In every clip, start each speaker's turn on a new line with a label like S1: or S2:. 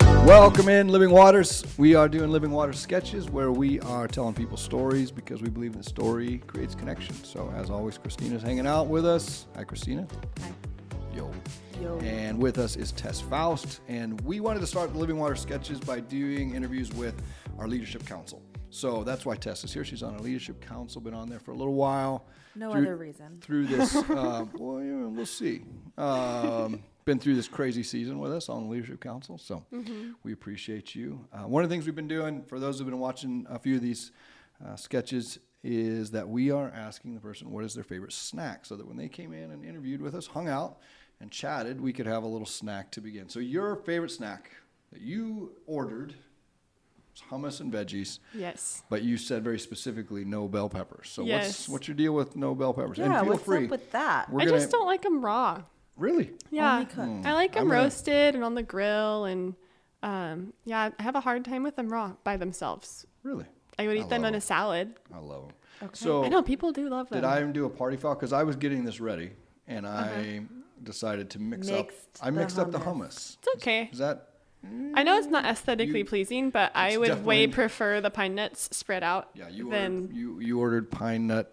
S1: Welcome in Living Waters. We are doing Living Waters sketches where we are telling people stories because we believe the story creates connection. So as always, Christina's hanging out with us. Hi, Christina.
S2: Hi.
S1: Yo.
S2: Yo.
S1: And with us is Tess Faust. And we wanted to start the Living Water sketches by doing interviews with our leadership council. So that's why Tess is here. She's on our leadership council, been on there for a little while.
S2: No other reason.
S1: Through this, uh, well, yeah, we'll see. Um, been through this crazy season with us on the leadership council. So we appreciate you. Uh, one of the things we've been doing, for those who've been watching a few of these uh, sketches, is that we are asking the person what is their favorite snack so that when they came in and interviewed with us, hung out, and chatted, we could have a little snack to begin. So, your favorite snack that you ordered was hummus and veggies,
S3: Yes.
S1: but you said very specifically no bell peppers. So, what's
S3: Yes.
S1: what's your deal with no bell peppers?
S2: Yeah,
S1: and feel
S2: what's
S1: free.
S2: up with that?
S1: we're
S3: I
S1: gonna
S3: just don't like them raw.
S1: really.
S3: Yeah.
S2: cooked.
S3: I like them
S1: I'm gonna-
S3: roasted and on the grill and um, yeah, I have a hard time with them raw by themselves.
S1: Really?
S3: I would eat them
S1: love
S3: in a salad.
S1: I love them. So
S3: I know people do love them.
S1: did I do a party foul? Because I was getting this ready, and I decided to mix
S2: Uh-huh. Mixed
S1: up. I
S2: the
S1: mixed up the hummus.
S2: hummus.
S3: It's okay.
S1: Is that
S3: I know it's not aesthetically
S1: You-
S3: pleasing, but I
S1: it's
S3: would
S1: definitely-
S3: way prefer the pine nuts spread out
S1: yeah? You
S3: than
S1: ordered, you you ordered pine nut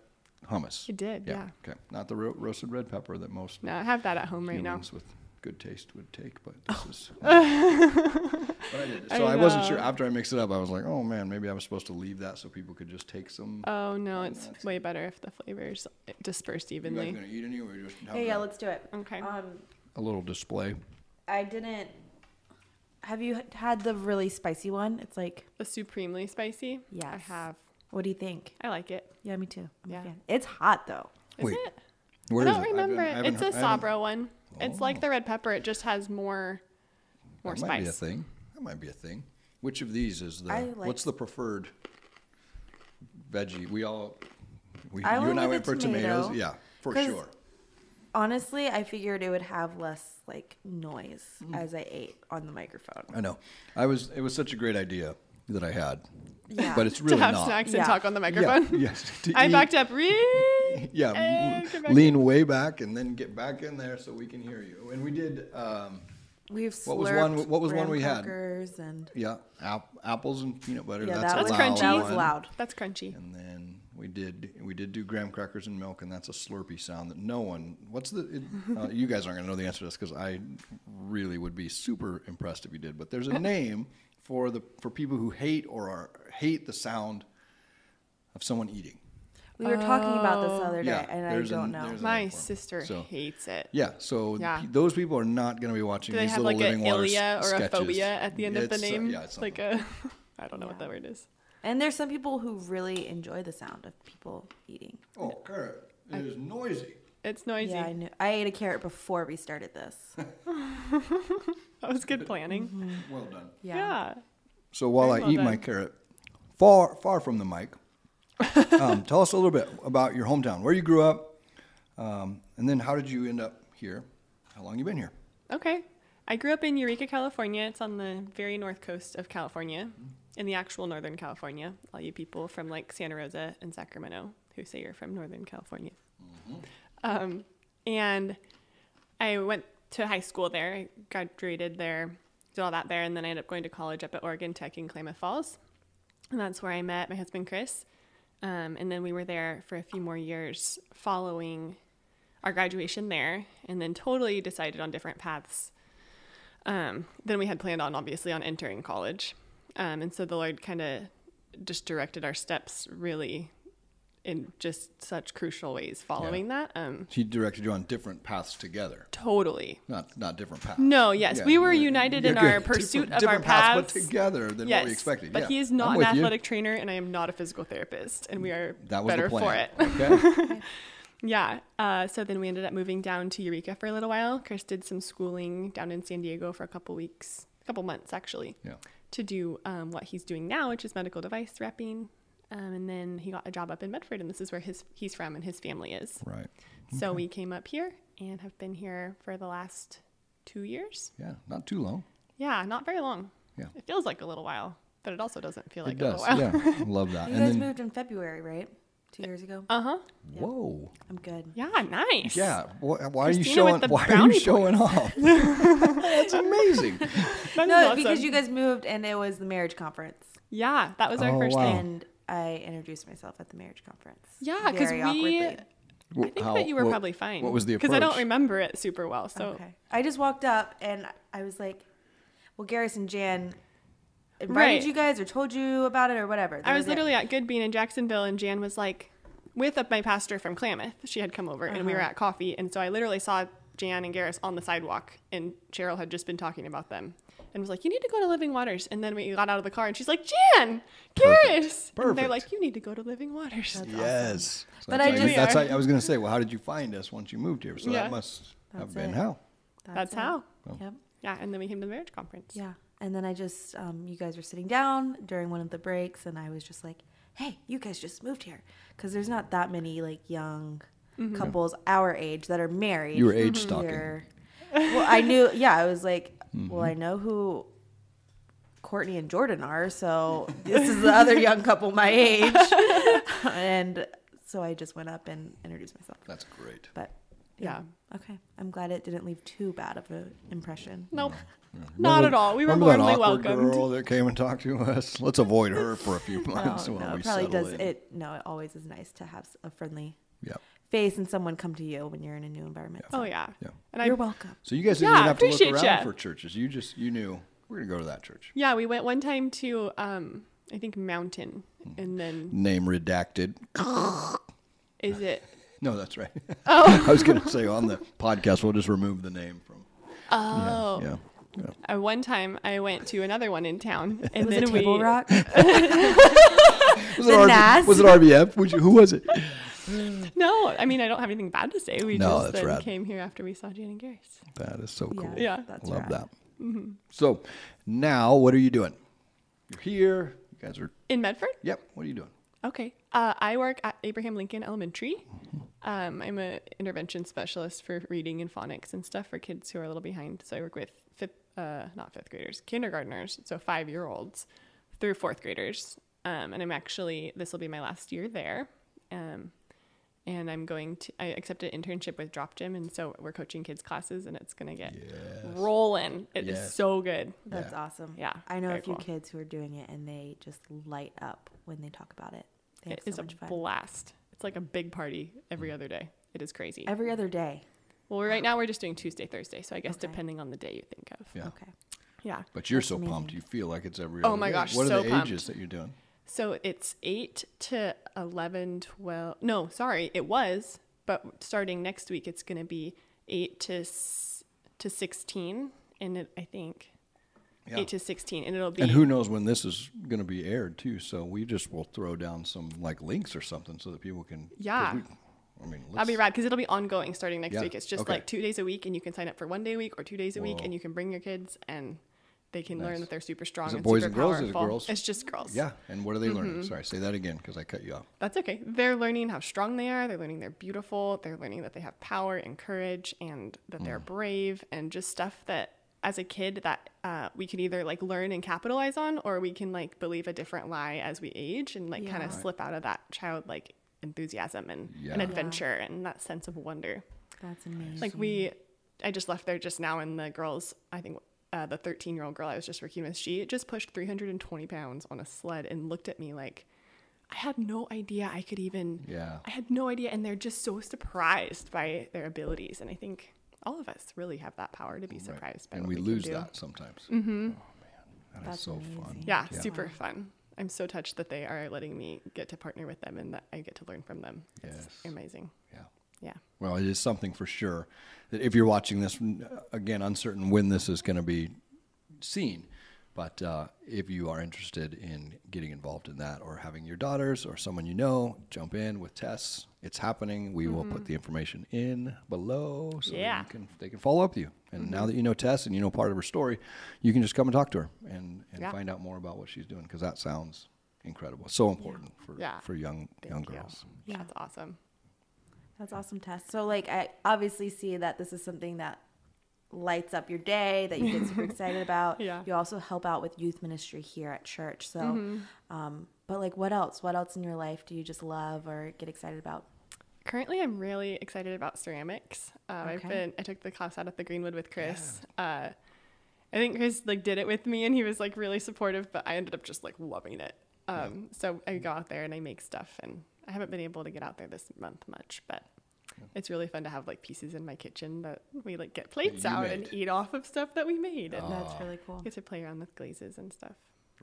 S1: hummus.
S3: I did. Yeah.
S1: Okay. Not the ro- roasted red pepper that most
S3: No, I have that at home right now. Oh.
S1: humans with good taste would take, but this is. uh, but I did. So I,
S3: I
S1: wasn't
S3: know.
S1: sure. After I mixed it up, I was like, oh man, maybe I was supposed to leave that so people could just take some.
S3: Oh no, it's way better if the flavors dispersed
S1: you guys
S3: evenly.
S1: gonna eat any, or you just
S2: Yeah,
S1: having
S2: yeah,
S1: a-
S2: let's do it.
S3: Okay.
S2: Um,
S1: a little display?
S2: I didn't. Have you h- had the really spicy one? It's like,
S3: The supremely spicy. I
S2: Yes.
S3: have.
S2: what do you think?
S3: I like it.
S2: Yeah, me too. I'm a
S3: Yeah.
S2: fan. It's hot though.
S3: Is
S1: Wait.
S3: it?
S1: Where
S3: I
S1: is
S3: don't
S1: it? I've been-
S3: remember
S1: I haven't
S3: it. It's a
S1: heard- I haven't-
S3: Sabra one. It's
S1: Oh.
S3: like the red pepper. It just has more, more
S1: that might be a
S3: spice.
S1: thing. That might be a thing. Which of these is the?
S2: I like-
S1: what's the preferred veggie? We all, we,
S2: I
S1: you
S2: went
S1: and I
S2: with
S1: went
S2: the
S1: for tomatoes.
S2: tomato,
S1: Yeah, for
S2: 'cause-
S1: sure.
S2: Honestly, I figured it would have less like noise
S1: Mm.
S2: as I ate on the microphone.
S1: I know. I was. It was such a great idea that I had.
S2: Yeah.
S1: But it's really
S3: to have
S1: not.
S3: snacks
S2: Yeah.
S3: and talk on the
S1: Yeah.
S3: microphone.
S1: Yes. to
S3: I
S1: eat-
S3: backed up. Re-
S1: Yeah.
S3: and
S1: w-
S3: get back
S1: lean way back and then get back in there so we can hear you. And we did. Um,
S2: We've
S1: What was one-
S2: slurped
S1: what was one
S2: graham
S1: we had?
S2: crackers And
S1: yeah. Ap- apples and peanut butter.
S2: yeah,
S1: that's
S2: that
S1: a
S2: was
S1: loud
S3: crunchy.
S2: That was
S1: one.
S2: loud.
S3: That's crunchy.
S1: And then we did we did do graham crackers and milk, and that's a slurpy sound that no one. What's the? It, uh, you guys aren't gonna know the answer to this because I really would be super impressed if you did. But there's a name for the for people who hate or are hate the sound of someone eating.
S2: We were talking about this the other day,
S1: Yeah,
S2: and I
S1: there's a-
S2: don't know.
S1: there's a-
S3: My
S1: name for 'em.
S3: sister
S1: So-
S3: hates it.
S1: Yeah, so
S3: Yeah.
S1: pe- those people are not going to be watching
S3: Do they
S1: these
S3: have
S1: little
S3: like
S1: living
S3: a
S1: water s-
S3: ilia or a
S1: sketches.
S3: phobia at the end of the
S1: It's, uh,
S3: name?
S1: yeah, it's
S3: like
S1: something.
S3: a. I don't know what
S2: Yeah.
S3: that word is.
S2: And there's some people who really enjoy the sound of people eating.
S1: oh, carrot. It is noisy.
S3: It's noisy.
S2: Yeah, I knew. I ate a carrot before we started this.
S3: That was good planning.
S1: Well done.
S3: Yeah.
S1: So while I
S3: Very well
S1: eat my
S3: done.
S1: carrot, far far from the mic, um, tell us a little bit about your hometown, where you grew up, um, and then how did you end up here? How long you been here?
S3: Okay. I grew up in Eureka, California. It's on the very north coast of California, in the actual Northern California. All you people from like Santa Rosa and Sacramento who say you're from Northern California. Um, and I went to high school there. I graduated there, did all that there, and then I ended up going to college up at Oregon Tech in Klamath Falls. And that's where I met my husband, Chris. Um, and then we were there for a few more years following our graduation there, and then totally decided on different paths um, than we had planned on, obviously, on entering college. Um, and so the Lord kind of just directed our steps really in just such crucial ways following that. Um,
S1: He directed you on different paths together,
S3: totally.
S1: not not different paths.
S3: No, yes,
S1: Yeah,
S3: we were
S1: yeah,
S3: united
S1: yeah,
S3: in
S1: good.
S3: our pursuit
S1: different,
S3: of our
S1: different paths,
S3: paths.
S1: but together than
S3: yes,
S1: what we expected.
S3: but
S1: yeah.
S3: he is
S1: I'm
S3: not an
S1: with you.
S3: athletic trainer, and I am not a physical therapist, and we are
S1: That was
S3: better
S1: the
S3: for
S1: plan.
S3: it.
S1: Okay.
S3: Yeah. Uh, so then we ended up moving down to Eureka for a little while. Chris did some schooling down in San Diego for a couple weeks, a couple months actually,
S1: Yeah.
S3: to do um, what he's doing now, which is medical device repping. Um, and then he got a job up in Medford, and this is where his he's from and his family is.
S1: Right.
S3: So we came up here and have been here for the last two years.
S1: Yeah. Not too long.
S3: Yeah, not very long.
S1: Yeah.
S3: It feels like oh, a little while, but it also doesn't feel like
S1: it
S3: a
S1: does.
S3: little while.
S1: Yeah. Love that.
S2: You
S1: and
S2: guys
S1: then
S2: moved in February, right? two years ago.
S3: Uh huh.
S1: Whoa.
S2: I'm good.
S3: Yeah, nice.
S1: Yeah. Why, why are you
S3: Christina with
S1: showing?
S3: the
S1: Why are
S3: brownie
S1: you showing off? That's amazing.
S3: That
S2: No,
S3: is awesome.
S2: because you guys moved and it was the marriage conference,
S3: Yeah, that was our
S1: Oh,
S3: first
S1: wow.
S3: thing.
S2: and I introduced myself at the marriage conference.
S3: Yeah, because
S2: Very
S3: we.
S2: awkwardly.
S3: I think that you were probably fine.
S1: What was the approach?
S3: Because I don't remember it super well. So
S2: Okay. I just walked up and I was like, "Well, Garris and Jan invited
S3: Right.
S2: you guys or told you about it or whatever." That
S3: I was
S2: it.
S3: literally at Good Bean in Jacksonville, and Jan was like, with my pastor from Klamath. She had come over, and we were
S2: Uh-huh.
S3: at coffee. And so I literally saw Jan and Garris on the sidewalk, and Cheryl had just been talking about them and was like, You need to go to Living Waters. And then we got out of the car, and she's like, Jan, Garris. And they're
S1: Perfect.
S3: like, You need to go to Living Waters.
S1: Yes. So
S2: But
S1: that's
S2: I
S1: how you-
S2: just-
S1: that's how, I was going to say. Well, how did you find us once you moved here? So
S3: Yeah.
S1: that must have
S2: That's
S1: been
S2: it.
S1: how.
S3: That's
S2: it.
S3: how.
S1: Oh.
S2: Yep.
S3: Yeah. And then we came to the marriage conference.
S2: Yeah. And then I just, um, you guys were sitting down during one of the breaks, and I was just like, hey, you guys just moved here. Because there's not that many like young couples our age that are married.
S1: You were age stalking. Mm-hmm.
S2: here. Well, I knew, yeah, I was like, well, I know who Courtney and Jordan are, so this is the other young couple my age. and so I just went up and introduced myself.
S1: That's great.
S2: But
S3: Yeah.
S2: okay. I'm glad it didn't leave too bad of an impression.
S3: Nope. Not
S1: Remember-
S3: at all. We were
S1: remember that
S3: warmly
S1: awkward
S3: welcomed.
S1: Girl that came and talked to us. Let's avoid her for a few months
S2: Oh, no,
S1: while
S2: no,
S1: we
S2: it probably
S1: settle
S2: does
S1: in.
S2: it no it always is nice to have s- a friendly
S1: Yep.
S2: face and someone come to you when you're in a new environment
S3: Oh, yeah.
S1: Yeah.
S3: And
S2: you're
S3: I
S2: welcome
S1: So you guys didn't
S3: Yeah,
S1: even have to look
S3: appreciate
S1: around
S3: ya.
S1: for churches. You just you knew we're going to go to that church.
S3: Yeah, we went one time to um I think Mountain and then
S1: Name redacted.
S3: is it
S1: No, that's right. I was going to say on the podcast we'll just remove the name from.
S3: Oh.
S1: Yeah. Yeah.
S3: Uh, one time I went to another one in town and
S2: was
S3: then
S2: it
S3: we
S2: table rock
S1: Was
S2: The
S1: it, RB,
S2: Nas?
S1: was it RBF? Would you, who was it?
S3: No, I mean I don't have anything bad to say. We
S1: No,
S3: just
S1: that's
S3: then
S1: rad.
S3: came here after we saw Jan and Garris.
S1: That is so cool.
S3: Yeah. Mm-hmm.
S2: that's
S1: Love
S2: rad.
S1: that. So now what are you doing? You're here. You guys are,
S3: In Medford?
S1: yep. What are you doing?
S3: Okay. Uh, I work at Abraham Lincoln Elementary. Um, I'm an intervention specialist for reading and phonics and stuff for kids who are a little behind. So I work with fifth, uh, not fifth graders, kindergartners, so five year olds through fourth graders. Um, and I'm actually, this will be my last year there. Um, and I'm going to, I accepted an internship with Drop Gym. And so we're coaching kids classes and it's going to get rolling. It is
S1: Yes.
S3: so good.
S2: that's
S1: Yeah.
S2: awesome
S3: Yeah,
S2: i know
S3: very
S2: a few
S3: cool.
S2: kids who are doing it and they just light up when they talk about it they have
S3: It is
S2: so
S3: a
S2: much fun
S3: blast. It's like a big party every other day. It is crazy.
S2: every other day
S3: Well, right now we're just doing Tuesday, Thursday. So I guess
S2: Okay.
S3: depending on the day you think of.
S1: Yeah.
S2: okay
S3: Yeah.
S1: But you're
S2: That's
S1: so
S2: amazing.
S1: pumped. You feel like it's every
S3: Oh
S1: other
S3: my
S1: day.
S3: gosh,
S1: What are
S3: so
S1: the
S3: pumped.
S1: ages that you're doing?
S3: So it's 8 to 11, 12. No, sorry, it was. But starting next week, it's going to be 8 to s- to 16. And it, I think
S1: Yeah.
S3: 8 to 16. And it'll be.
S1: And who knows when this is going to be aired too? So we just will throw down some like links or something so that people can. 'cause
S3: Yeah.
S1: we- I mean, let's,
S3: That'd be rad because it'll be ongoing starting next
S1: Yeah,
S3: week. It's just
S1: okay.
S3: like two days a week, and you can sign up for one day a week or two days a week,
S1: Whoa.
S3: and you can bring your kids, and they can learn that they're super strong
S1: Is it
S3: and
S1: boys
S3: super
S1: and girls? Is it
S3: powerful.
S1: girls?
S3: It's just girls.
S1: Yeah. And what are they learning?
S3: Mm-hmm.
S1: Sorry, say that again because I cut you off.
S3: That's okay. They're learning how strong they are. They're learning they're beautiful. They're learning that they have power and courage and that they're brave and just stuff that as a kid that uh, we can either like learn and capitalize on or we can like believe a different lie as we age and like kind
S2: Yeah.
S3: of slip out of that childlike enthusiasm and,
S1: Yeah.
S3: and
S1: Yeah.
S3: adventure and that sense of wonder.
S2: that's amazing
S3: Like we, I just left there just now, and the girls, I think uh, the 13 year old girl I was just working with, she just pushed 320 pounds on a sled and looked at me like, I had no idea I could even.
S1: Yeah.
S3: I had no idea, and they're just so surprised by their abilities, and I think all of us really have that power to be surprised by
S1: and
S3: what
S1: we,
S3: we,
S1: lose
S3: can do.
S1: that sometimes. Mm-hmm. Oh man, That's
S2: That's
S1: so fun.
S2: amazing.
S3: Yeah,
S1: Yeah.
S3: super fun. I'm so touched that they are letting me get to partner with them and that I get to learn from them.
S1: Yes.
S3: It's amazing.
S1: Yeah.
S3: Yeah.
S1: Well, it is something for sure that if you're watching this, n- again, uncertain when this is going to be seen, but uh, if you are interested in getting involved in that or having your daughters or someone you know jump in with tests, it's happening. We will put the information in below so that
S3: Mm-hmm. Yeah. Mm-hmm.
S1: you can, they can follow up with you. And now that you know Tess and you know part of her story, you can just come and talk to her and, and
S3: Yeah.
S1: find out more about what she's doing because that sounds incredible. So important for
S3: Yeah.
S1: for young young
S3: Thank you.
S1: girls.
S2: Yeah.
S3: That's awesome.
S2: That's awesome, Tess. So, like, I obviously see that this is something that lights up your day that you get super excited about.
S3: Yeah.
S2: You also help out with youth ministry here at church. So, um, but like, what else? What else in your life do you just love or get excited about?
S3: Currently, I'm really excited about ceramics. Um, I've
S2: Okay.
S3: been I took the class out at the Greenwood with Chris. Uh, I think Chris like did it with me, and he was like really supportive. But I ended up just like loving it. Um, So I go out there and I make stuff, and I haven't been able to get out there this month much, but it's really fun to have like pieces in my kitchen that we like get plates
S1: you
S3: out
S1: made. Oh.
S3: and eat off of stuff that we made, and
S2: That's really cool.
S3: get to play around with glazes and stuff.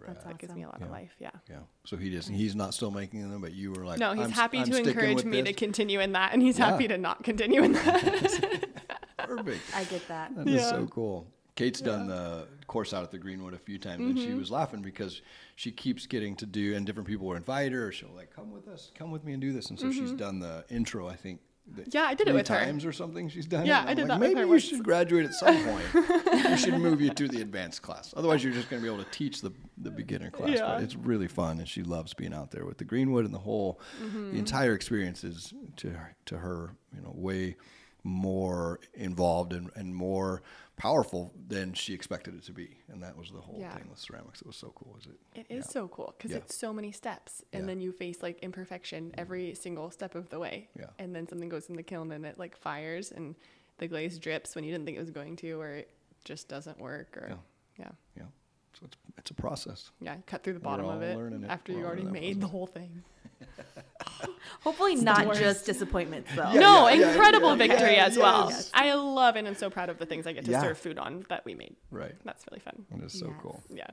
S2: That's
S3: That gives me a lot of
S1: Yeah.
S3: life. Yeah.
S1: Yeah. So he doesn't. He's not still making them, but you were like,
S3: No, he's
S1: I'm s-
S3: happy
S1: I'm
S3: to
S1: sticking
S3: encourage
S1: with
S3: me to
S1: this.
S3: continue in that, and he's
S1: Yeah.
S3: happy to not continue in that.
S1: Perfect.
S2: I get that.
S1: That is
S3: Yeah.
S1: so cool. Kate's done the course out at the Greenwood a few times, and she was laughing because she keeps getting to do, and different people will invite her. She'll like, "Come with us, come with me and do this." And so she's done the intro, I think. the
S3: Yeah, I did it
S1: three
S3: with her.
S1: times or something. She's done. it,
S3: Yeah,
S1: and
S3: I
S1: I'm
S3: did
S1: like,
S3: that with
S1: Maybe
S3: her
S1: you
S3: once."
S1: should graduate at some point. we should move you to the advanced class. Otherwise, you're just going to be able to teach the the beginner class.
S3: Yeah.
S1: But it's really fun, and she loves being out there with the Greenwood and the whole
S3: Mm-hmm.
S1: the entire experience is to her- to her, you know, way more involved and, and more powerful than she expected it to be. And that was the whole
S3: Yeah.
S1: thing with ceramics. It was so cool, was it?
S3: It is so cool because
S1: Yeah.
S3: it's so many steps, and
S1: Yeah.
S3: then you face like imperfection every single step of the way.
S1: Yeah.
S3: And then something goes in the kiln and it like fires, and the glaze drips when you didn't think it was going to, or it just doesn't work, or yeah,
S1: Yeah. So it's it's a process.
S3: yeah, cut through the bottom
S1: all
S3: of it
S1: learning it.
S3: after
S1: We're
S3: you
S1: all
S3: already
S1: learning that
S3: made the whole thing.
S2: Hopefully,
S3: the
S2: not
S3: worst.
S2: just disappointments though.
S3: no,
S1: yeah, yeah,
S3: incredible
S1: yeah,
S3: victory
S1: yeah,
S3: as well.
S1: yes.
S3: I love and I'm so proud of the things I get to
S1: Yeah.
S3: serve food on that we made.
S1: Right.
S3: That's really fun.
S1: It is so
S2: Yes.
S1: cool.
S3: Yeah.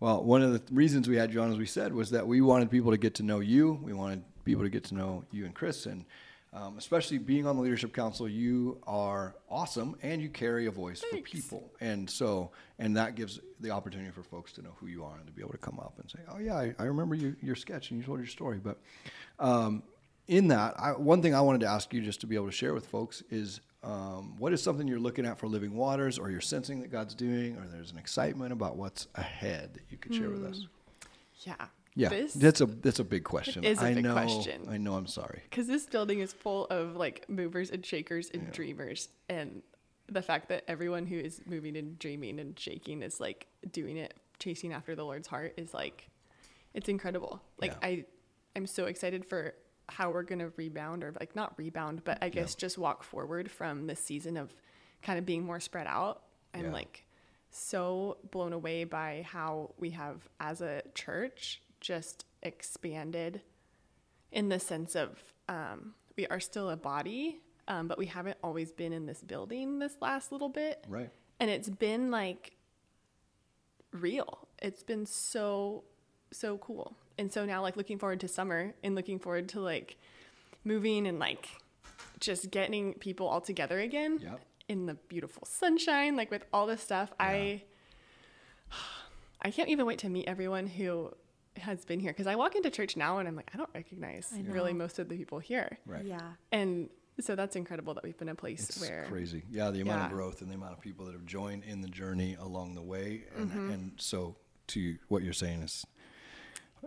S1: Well, one of the th- reasons we had you on, as we said, was that we wanted people to get to know you. We wanted people to get to know you and Chris, and um, especially being on the leadership council, you are awesome, and you carry a voice for people, and so and that gives the opportunity for folks to know who you are and to be able to come up and say, "Oh yeah, I, I remember you, your sketch and you told your story." But um, in that, I, one thing I wanted to ask you just to be able to share with folks is um, what is something you're looking at for Living Waters or you're sensing that God's doing or there's an excitement about what's ahead that you could share with us?
S3: Yeah.
S1: Yeah,
S3: This
S1: that's a that's a big question.
S3: is a
S1: I
S3: big
S1: know,
S3: question.
S1: I know. I'm sorry.
S3: because this building is full of like movers and shakers and dreamers and the fact that everyone who is moving and dreaming and shaking is like doing it chasing after the lord's heart is like it's incredible like
S1: Yeah.
S3: i i'm so excited for how we're going to rebound or like not rebound but i guess just walk forward from this season of kind of being more spread out i'm
S1: Yeah.
S3: like so blown away by how we have as a church just expanded in the sense of um, we are still a body, um, but we haven't always been in this building this last little bit.
S1: Right.
S3: And it's been like real. It's been so, so cool. And so now, like, looking forward to summer and looking forward to like moving and like just getting people all together again
S1: Yep.
S3: in the beautiful sunshine, like with all this stuff. I. I can't even wait to meet everyone who has been here because I walk into church now and I'm like, I don't recognize really most of the people here.
S1: Right.
S2: Yeah.
S3: And so that's incredible that we've been a place
S1: It's
S3: where
S1: crazy. Yeah, the amount of
S3: Yeah.
S1: growth and the amount of people that have joined in the journey along the way, and,
S3: Mm-hmm.
S1: and so to what you're saying is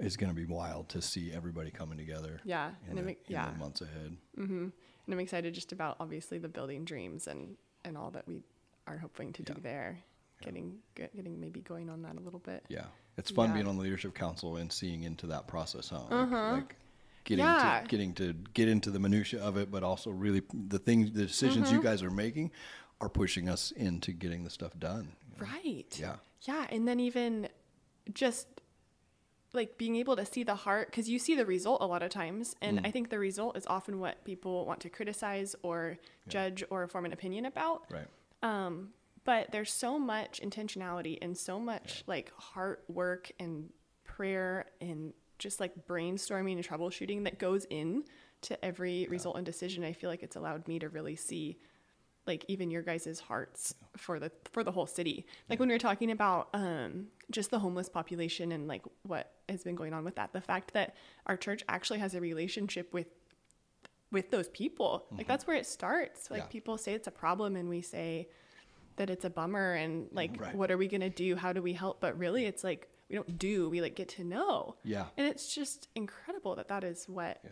S1: is going to be wild to see everybody coming together.
S3: Yeah,
S1: in,
S3: and it
S1: the,
S3: make-
S1: in
S3: yeah.
S1: the months ahead.
S3: and I'm excited just about obviously the building dreams and and all that we are hoping to do
S1: Yeah.
S3: there. Getting get- getting maybe going on that a little bit.
S1: Yeah, it's fun
S3: Yeah. Uh-huh.
S1: being on the leadership council and seeing into that process, huh? Like, like getting
S3: Yeah.
S1: to getting to get into the minutia of it, but also really the things, the decisions you
S3: Mm-hmm.
S1: guys are making, are pushing us into getting the stuff done.
S3: Right.
S1: Yeah.
S3: Yeah, and then even just like being able to see the heart because you see the result a lot of times and
S1: Mm.
S3: i think the result is often what people want to criticize or judge or form an opinion about
S1: Right.
S3: but there's so much intentionality and so much like heart work and prayer and just like brainstorming and troubleshooting that goes in to every result and decision i feel like it's allowed me to really see like even your guys' hearts for the for the whole city like when we were talking about um just the homeless population and like what has been going on with that the fact that our church actually has a relationship with with those people like that's where it starts like
S1: Yeah.
S3: people say it's a problem and we say that it's a bummer and like
S1: Right.
S3: what are we going to do how do we help but really it's like we don't do we like get to know
S1: Yeah.
S3: and it's just incredible that that is what
S1: Yeah.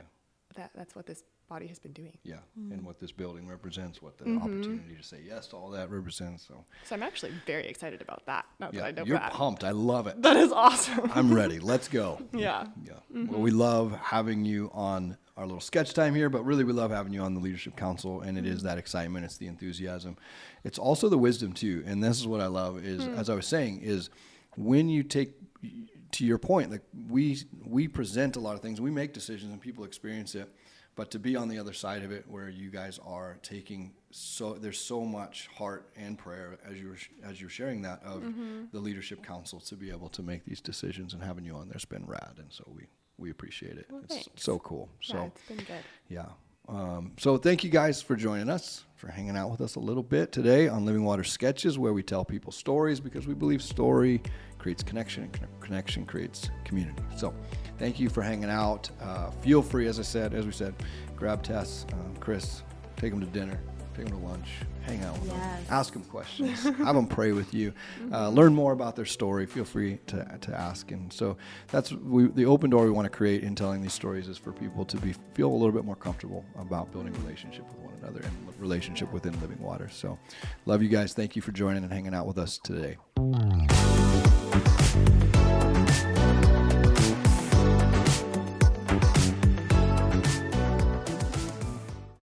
S3: that that's what this body has been doing.
S1: Yeah, and what this building represents, what
S3: Mm-hmm.
S1: the opportunity to say yes to all that represents. So
S3: So I'm actually very excited about that. Now that
S1: yeah,
S3: I know
S1: you're
S3: that.
S1: pumped. I love it.
S3: That is awesome.
S1: I'm ready. Let's go.
S3: yeah.
S1: Yeah. Well, we love having you on our little sketch time here, but really we love having you on the leadership council and it is that excitement, it's the enthusiasm. It's also the wisdom too. And this is what I love is as I was saying is when you take to your point, like we we present a lot of things, we make decisions and people experience it, but to be on the other side of it where you guys are taking so there's so much heart and prayer as you're as you're sharing that of
S3: Mm-hmm.
S1: the leadership council to be able to make these decisions and having you on there's been rad and so we we appreciate it
S3: Well,
S1: it's
S3: thanks.
S1: so cool so
S3: yeah, it's been good.
S1: yeah. Um, so thank you guys for joining us, for hanging out with us a little bit today on Living Water Sketches, where we tell people stories because we believe story creates connection and con- connection creates community. So thank you for hanging out. Uh, feel free, as I said, as we said, grab Tess, um, Chris, take them to dinner, take them to lunch, hang out with them,
S2: Yes.
S1: ask them questions, have them pray with you, uh, learn more about their story. Feel free to, to ask. And so that's we, the open door we want to create in telling these stories is for people to be feel a little bit more comfortable about building relationship with one another and li- relationship within Living Water. So love you guys. Thank you for joining and hanging out with us today.